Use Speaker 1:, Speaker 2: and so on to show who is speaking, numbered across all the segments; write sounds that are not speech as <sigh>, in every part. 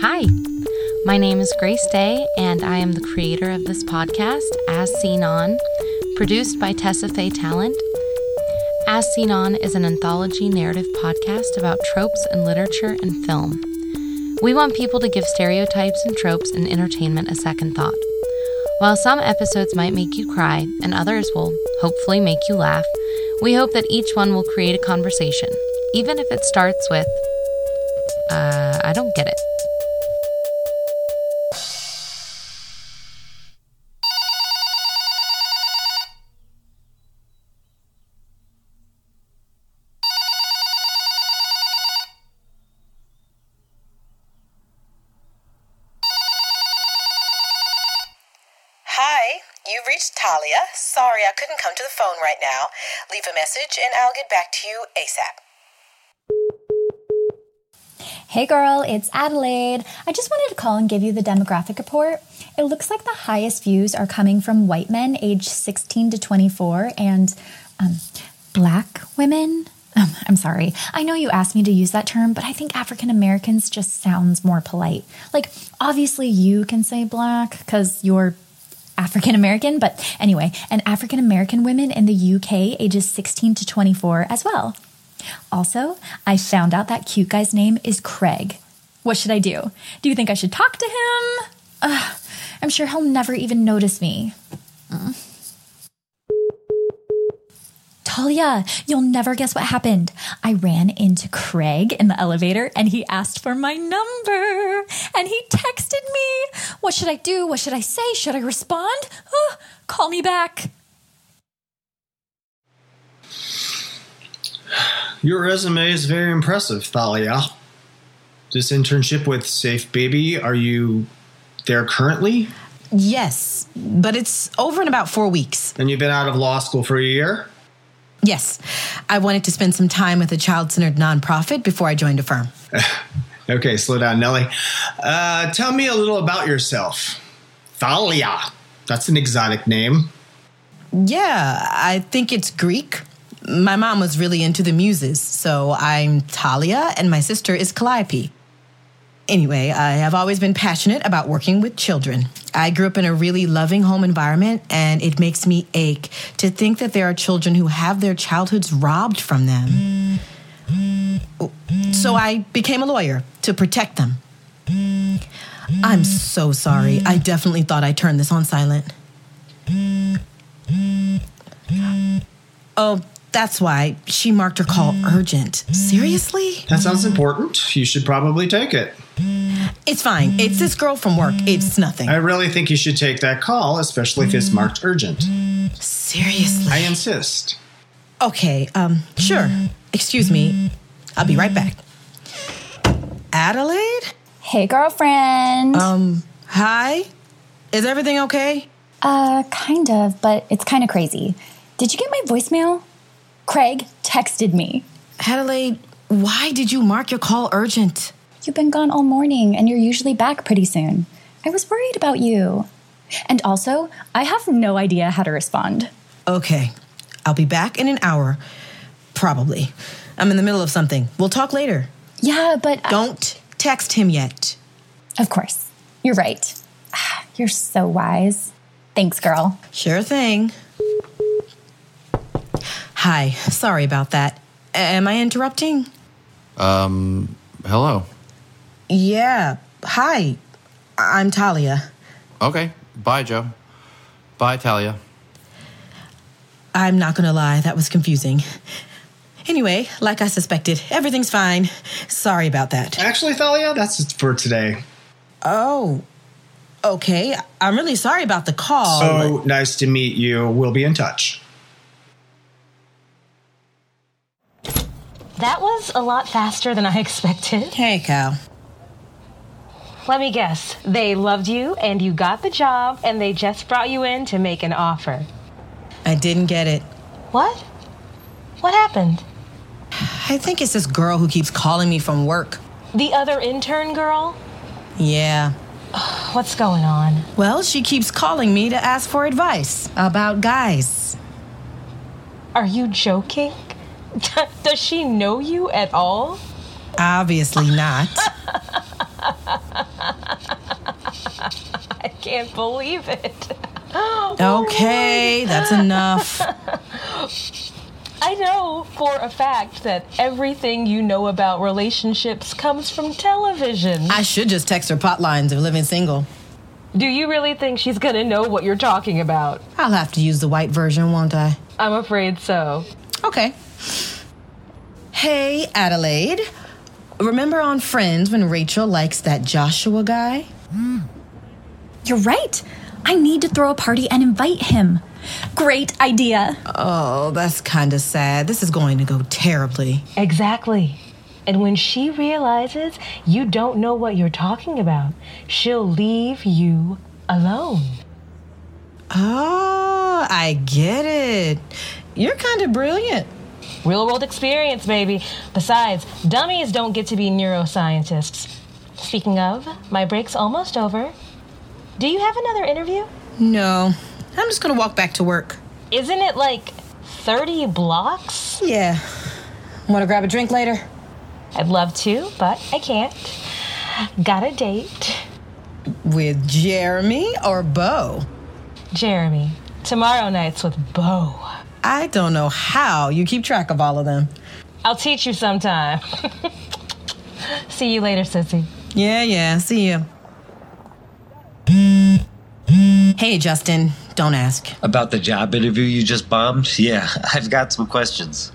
Speaker 1: Hi, my name is Grace Day, and I am the creator of this podcast, As Seen On, produced by Tessa Fay Talent. As Seen On is an anthology narrative podcast about tropes in literature and film. We want people to give stereotypes and tropes in entertainment a second thought. While some episodes might make you cry and others will hopefully make you laugh, we hope that each one will create a conversation, even if it starts with, uh, I don't get it.
Speaker 2: Hi, you've reached Talia. Sorry I couldn't come to the phone right now. Leave a message and I'll get back to you ASAP.
Speaker 3: Hey girl, it's Adelaide. I just wanted to call and give you the demographic report. It looks like the highest views are coming from white men aged 16 to 24 and um, black women. Um, I'm sorry. I know you asked me to use that term, but I think African Americans just sounds more polite. Like, obviously, you can say black because you're African American, but anyway, and African American women in the UK ages 16 to 24 as well. Also, I found out that cute guy's name is Craig. What should I do? Do you think I should talk to him? Ugh, I'm sure he'll never even notice me. Mm. Talia, you'll never guess what happened. I ran into Craig in the elevator and he asked for my number and he texted me. What should I do? What should I say? Should I respond? Ugh, call me back.
Speaker 4: Your resume is very impressive, Thalia. This internship with Safe Baby, are you there currently?
Speaker 5: Yes, but it's over in about four weeks.
Speaker 4: And you've been out of law school for a year?
Speaker 5: Yes, I wanted to spend some time with a child centered nonprofit before I joined a firm.
Speaker 4: Okay, slow down, Nellie. Uh, tell me a little about yourself. Thalia. That's an exotic name.
Speaker 5: Yeah, I think it's Greek. My mom was really into the muses, so I'm Talia and my sister is Calliope. Anyway, I have always been passionate about working with children. I grew up in a really loving home environment, and it makes me ache to think that there are children who have their childhoods robbed from them. So I became a lawyer to protect them. I'm so sorry. I definitely thought I turned this on silent. Oh, that's why she marked her call urgent. Seriously?
Speaker 4: That sounds important. You should probably take it.
Speaker 5: It's fine. It's this girl from work. It's nothing.
Speaker 4: I really think you should take that call, especially if it's marked urgent.
Speaker 5: Seriously.
Speaker 4: I insist.
Speaker 5: Okay, um, sure. Excuse me. I'll be right back. Adelaide?
Speaker 3: Hey girlfriend.
Speaker 5: Um, hi? Is everything okay?
Speaker 3: Uh, kind of, but it's kind of crazy. Did you get my voicemail? Craig texted me.
Speaker 5: Adelaide, why did you mark your call urgent?
Speaker 3: You've been gone all morning and you're usually back pretty soon. I was worried about you. And also, I have no idea how to respond.
Speaker 5: Okay, I'll be back in an hour. Probably. I'm in the middle of something. We'll talk later.
Speaker 3: Yeah, but I-
Speaker 5: Don't text him yet.
Speaker 3: of course. You're right. <sighs> Ah, You're so wise. Thanks, girl.
Speaker 5: Sure thing. Hi, sorry about that. Am I interrupting?
Speaker 6: Um, hello.
Speaker 5: Yeah. Hi, I'm Talia.
Speaker 6: Okay. Bye, Joe. Bye, Talia.
Speaker 5: I'm not gonna lie, that was confusing. Anyway, like I suspected, everything's fine. Sorry about that.
Speaker 4: Actually, Thalia, that's it for today.
Speaker 5: Oh, okay. I'm really sorry about the call.
Speaker 4: So nice to meet you. We'll be in touch.
Speaker 7: That was a lot faster than I <laughs> expected.
Speaker 5: hey, Cal.
Speaker 7: Let me guess. They loved you and you got the job and they just brought you in to make an offer.
Speaker 5: I didn't get it.
Speaker 7: What? What happened?
Speaker 5: I think it's this girl who keeps calling me from work.
Speaker 7: The other intern girl?
Speaker 5: Yeah.
Speaker 7: What's going on?
Speaker 5: Well, she keeps calling me to ask for advice about guys.
Speaker 7: Are you joking? <laughs> Does she know you at all?
Speaker 5: Obviously not.
Speaker 7: can't believe it. <laughs> Oh
Speaker 5: Okay, that's enough.
Speaker 7: I know for a fact that everything you know about relationships comes from television.
Speaker 5: I should just text her potlines of living single.
Speaker 7: Do you really think she's gonna know what you're talking about?
Speaker 5: I'll have to use the white version, won't I?
Speaker 7: I'm afraid so.
Speaker 5: Okay. Hey, Adelaide. Remember on Friends when Rachel likes that Joshua guy?
Speaker 3: You're right. I need to throw a party and invite him. Great idea.
Speaker 5: Oh, that's kind of sad. This is going to go terribly.
Speaker 7: Exactly. And when she realizes you don't know what you're talking about, she'll leave you alone.
Speaker 5: Oh, I get it. You're kind of brilliant.
Speaker 7: Real world experience, baby. Besides, dummies don't get to be neuroscientists. Speaking of, my break's almost over. Do you have another interview?
Speaker 5: No, I'm just going to walk back to work.
Speaker 7: Isn't it like 30 blocks?
Speaker 5: Yeah. Want to grab a drink later?
Speaker 7: I'd love to, but I can't. Got a date.
Speaker 5: With Jeremy or Bo?
Speaker 7: Jeremy, tomorrow night's with Bo.
Speaker 5: I don't know how you keep track of all of them.
Speaker 7: I'll teach you sometime. <laughs> See you later, sissy.
Speaker 5: Yeah, yeah. See you. Hey, Justin. Don't ask.
Speaker 8: About the job interview you just bombed? Yeah, <laughs> I've got some questions.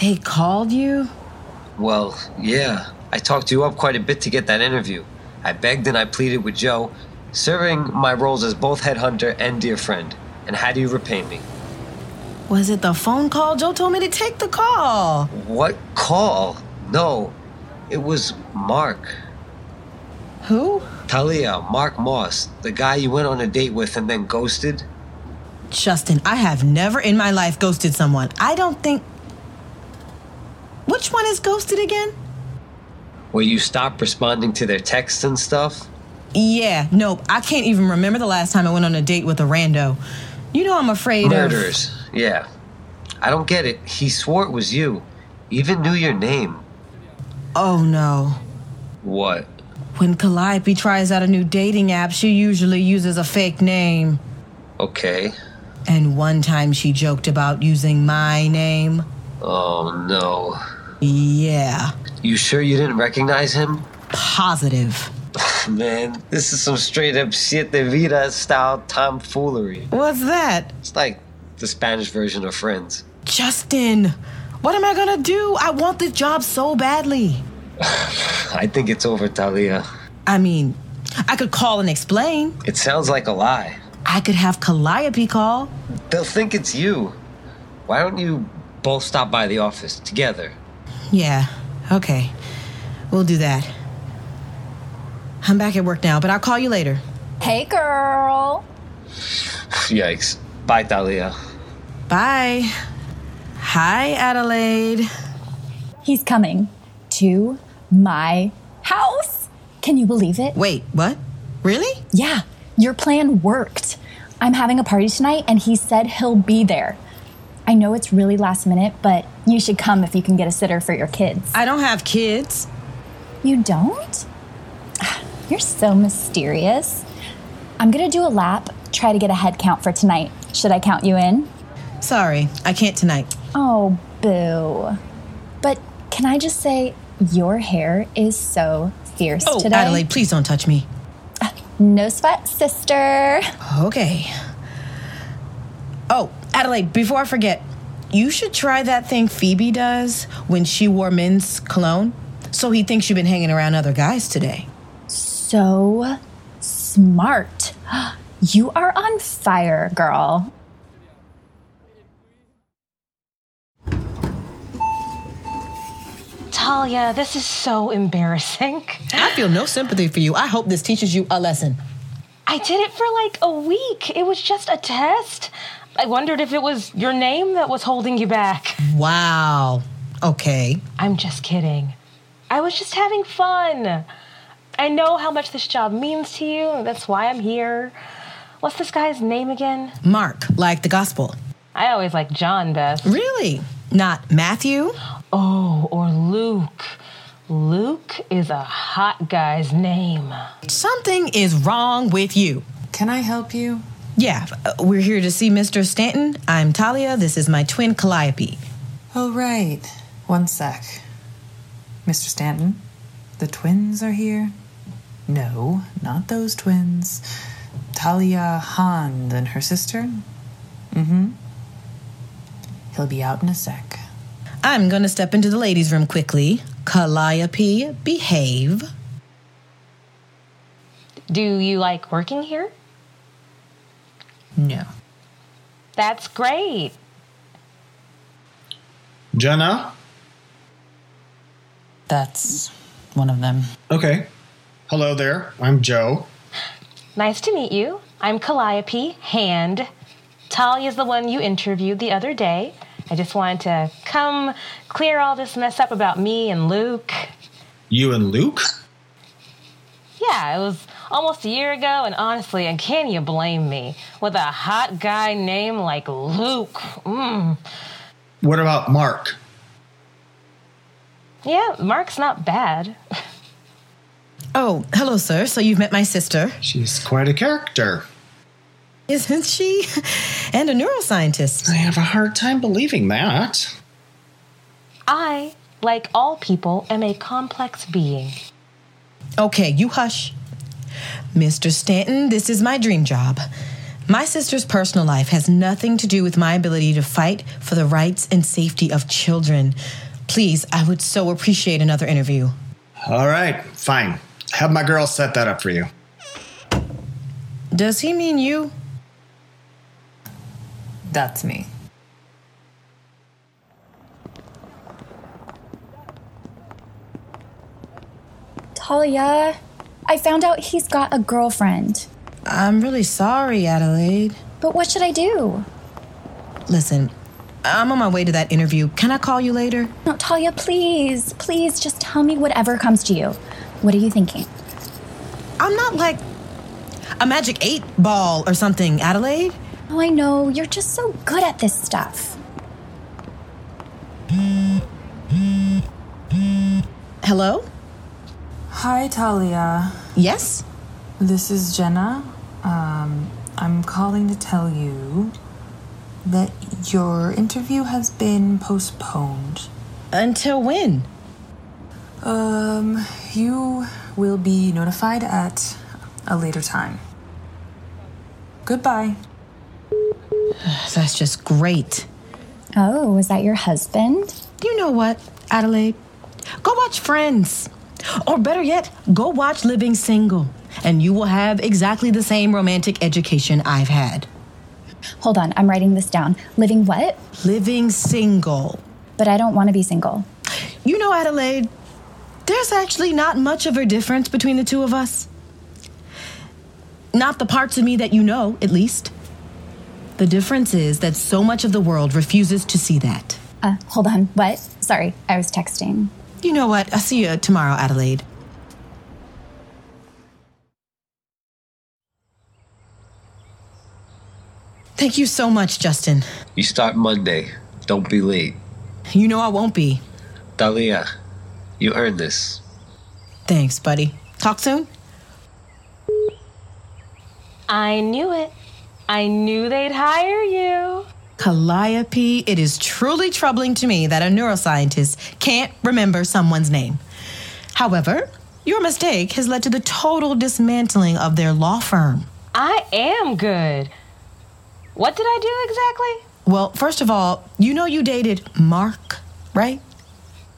Speaker 5: They called you?
Speaker 8: Well, yeah, I talked you up quite a bit to get that interview. I begged and I pleaded with Joe, serving my roles as both headhunter and dear friend. And how do you repay me?
Speaker 5: Was it the phone call? Joe told me to take the call.
Speaker 8: What call? No, it was Mark.
Speaker 5: Who?
Speaker 8: Talia, Mark Moss, the guy you went on a date with and then ghosted?
Speaker 5: Justin, I have never in my life ghosted someone. I don't think. Which one is ghosted again?
Speaker 8: Where you stopped responding to their texts and stuff?
Speaker 5: Yeah, nope. I can't even remember the last time I went on a date with a rando. You know I'm afraid of.
Speaker 8: Murderers, yeah. I don't get it. He swore it was you, even knew your name.
Speaker 5: Oh no.
Speaker 8: What?
Speaker 5: When Calliope tries out a new dating app, she usually uses a fake name.
Speaker 8: Okay.
Speaker 5: And one time she joked about using my name.
Speaker 8: Oh no.
Speaker 5: Yeah,
Speaker 8: You sure you didn't recognize him?
Speaker 5: positive.
Speaker 8: Man, this is some straight up Siete Vida style tomfoolery.
Speaker 5: What's that?
Speaker 8: It's like the Spanish version of Friends.
Speaker 5: Justin, what am I gonna do? I want this job so badly.
Speaker 8: I think it's over, Talia.
Speaker 5: I mean, I could call and explain.
Speaker 8: It sounds like a lie.
Speaker 5: I could have Calliope call.
Speaker 8: They'll think it's you. Why don't you both stop by the office together?
Speaker 5: Yeah, okay. We'll do that. I'm back at work now, but I'll call you later.
Speaker 3: Hey, girl.
Speaker 8: Yikes. Bye, Talia.
Speaker 5: Bye. Hi, Adelaide.
Speaker 3: He's coming to my house. Can you believe it?
Speaker 5: Wait, what? Really?
Speaker 3: Yeah, your plan worked. I'm having a party tonight, and he said he'll be there. I know it's really last minute, but you should come if you can get a sitter for your kids.
Speaker 5: I don't have kids.
Speaker 3: You don't? Ah, You're so mysterious. I'm gonna do a lap, try to get a head count for tonight. Should I count you in?
Speaker 5: Sorry, I can't tonight.
Speaker 3: Oh, boo. But can I just say, your hair is so fierce
Speaker 5: Oh,
Speaker 3: today.
Speaker 5: Adelaide, please don't touch me.
Speaker 3: No sweat, sister.
Speaker 5: Okay. Oh, Adelaide, before I forget, you should try that thing Phoebe does when she wore men's cologne. So he thinks you've been hanging around other guys today.
Speaker 3: So smart. <gasps> You are on fire, girl.
Speaker 7: Talia, this is so embarrassing.
Speaker 5: I feel no sympathy for you. I hope this teaches you a lesson.
Speaker 7: I did it for like a week. It was just a test. I wondered if it was your name that was holding you back.
Speaker 5: Wow. Okay.
Speaker 7: I'm just kidding. I was just having fun. I know how much this job means to you, and that's why I'm here. What's this guy's name again?
Speaker 5: Mark, like the gospel.
Speaker 7: I always like John best.
Speaker 5: Really? Not Matthew?
Speaker 7: Oh, or Luke. Luke is a hot guy's name.
Speaker 5: Something is wrong with you.
Speaker 9: Can I help you?
Speaker 5: Yeah, uh, we're here to see Mr. Stanton. I'm Talia. This is my twin Calliope.
Speaker 9: Oh, right. One sec. Mr. Stanton, the twins are here? No, not those twins. Talia Hond and her sister? Mm hmm. He'll be out in a sec.
Speaker 5: I'm going to step into the ladies' room quickly. Calliope, behave.
Speaker 7: Do you like working here?
Speaker 9: No.
Speaker 7: That's great.
Speaker 4: Jenna?
Speaker 9: That's one of them.
Speaker 4: Okay. Hello there. I'm Joe.
Speaker 7: Nice to meet you. I'm Calliope Hand. Tali is the one you interviewed the other day. I just wanted to come clear all this mess up about me and Luke.
Speaker 4: You and Luke?
Speaker 7: Yeah, it was almost a year ago, and honestly, and can you blame me? With a hot guy name like Luke. Mm.
Speaker 4: What about Mark?
Speaker 7: Yeah, Mark's not bad.
Speaker 5: Oh, hello, sir. So you've met my sister,
Speaker 4: She's quite a character.
Speaker 5: isn't she? <laughs> And a neuroscientist.
Speaker 4: I have a hard time believing that.
Speaker 7: I, like all people, am a complex being.
Speaker 5: Okay, you hush. Mr. Stanton, this is my dream job. My sister's personal life has nothing to do with my ability to fight for the rights and safety of children. Please, I would so appreciate another interview.
Speaker 4: All right, fine. Have my girl set that up for you.
Speaker 5: Does he mean you?
Speaker 9: That's me.
Speaker 3: Talia, I found out he's got a girlfriend.
Speaker 5: I'm really sorry, Adelaide.
Speaker 3: But what should I do?
Speaker 5: Listen, I'm on my way to that interview. Can I call you later?
Speaker 3: No, Talia, please, please just tell me whatever comes to you. What are you thinking?
Speaker 5: I'm not like a magic eight ball or something, Adelaide.
Speaker 3: Oh, I know, you're just so good at this stuff.
Speaker 5: Hello?
Speaker 9: Hi, Talia.
Speaker 5: Yes?
Speaker 9: This is Jenna. Um, I'm calling to tell you that your interview has been postponed.
Speaker 5: Until when?
Speaker 9: Um, you will be notified at a later time. Goodbye.
Speaker 5: That's just great.
Speaker 3: Oh, was that your husband?
Speaker 5: You know what, Adelaide? Go watch Friends. Or better yet, go watch Living Single, and you will have exactly the same romantic education I've had.
Speaker 3: Hold on, I'm writing this down. Living what?
Speaker 5: Living Single.
Speaker 3: But I don't want to be single.
Speaker 5: You know, Adelaide, there's actually not much of a difference between the two of us. Not the parts of me that you know, at least. The difference is that so much of the world refuses to see that.
Speaker 3: Uh, hold on, what? Sorry, I was texting.
Speaker 5: You know what? I'll see you tomorrow, Adelaide. Thank you so much, Justin.
Speaker 8: You start Monday. Don't be late.
Speaker 5: You know I won't be.
Speaker 8: Dalia, you earned this.
Speaker 5: Thanks, buddy. Talk soon?
Speaker 7: I knew it. I knew they'd hire you.
Speaker 5: Calliope, it is truly troubling to me that a neuroscientist can't remember someone's name. However, your mistake has led to the total dismantling of their law firm.
Speaker 7: I am good. What did I do exactly?
Speaker 5: Well, first of all, you know you dated Mark, right?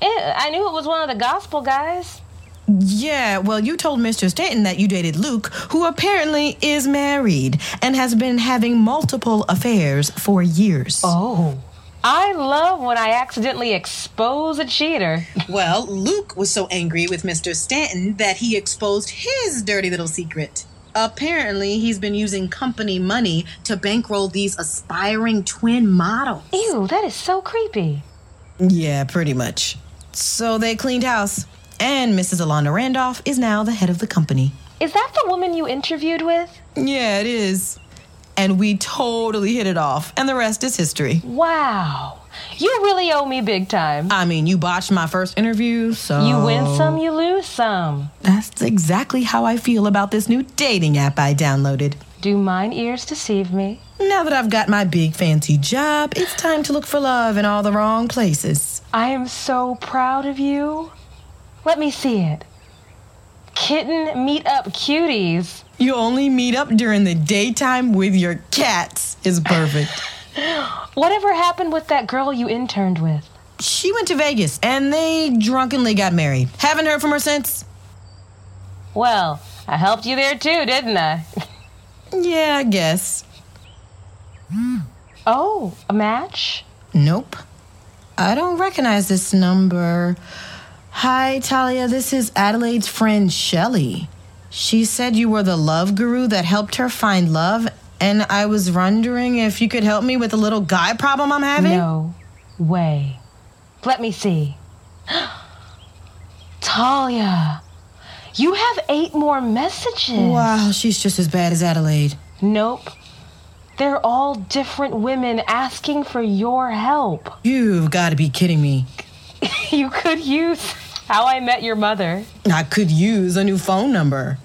Speaker 7: Eh, I knew it was one of the gospel guys.
Speaker 5: Yeah, well, you told Mr. Stanton that you dated Luke, who apparently is married and has been having multiple affairs for years.
Speaker 7: Oh. I love when I accidentally expose a cheater.
Speaker 5: Well, Luke was so angry with Mr. Stanton that he exposed his dirty little secret. Apparently, he's been using company money to bankroll these aspiring twin models.
Speaker 7: Ew, that is so creepy.
Speaker 5: Yeah, pretty much. So they cleaned house, and Mrs. Alonda Randolph is now the head of the company.
Speaker 7: Is that the woman you interviewed with?
Speaker 5: Yeah, it is. And we totally hit it off, and the rest is history.
Speaker 7: Wow. You really owe me big time.
Speaker 5: I mean, you botched my first interview, so.
Speaker 7: You
Speaker 9: Oh.
Speaker 7: win some, you lose some.
Speaker 5: That's exactly how I feel about this new dating app I downloaded.
Speaker 7: Do mine ears deceive me?
Speaker 5: Now that I've got my big fancy job, it's time to look for love in all the wrong places.
Speaker 7: I am so proud of you. Let me see it. Kitten meet up cuties.
Speaker 5: You only meet up during the daytime with your cats is
Speaker 7: <laughs>
Speaker 5: perfect.
Speaker 7: Whatever happened with that girl you interned with?
Speaker 5: she went to Vegas and they drunkenly got married. Haven't heard from her since.
Speaker 7: Well, I helped you there too, didn't I?
Speaker 5: Yeah, I guess.
Speaker 7: Oh, a match?
Speaker 5: Nope. I don't recognize this number. Hi, Talia. This is Adelaide's friend, Shelly. She said you were the love guru that helped her find love, and I was wondering if you could help me with the little guy problem I'm having.
Speaker 7: No way. Let me see. <gasps> Talia, you have eight more messages.
Speaker 5: Wow, she's just as bad as Adelaide.
Speaker 7: Nope. They're all different women asking for your help.
Speaker 5: You've got to be kidding me.
Speaker 7: <laughs> you could use How I Met Your Mother.
Speaker 5: I could use a new phone number.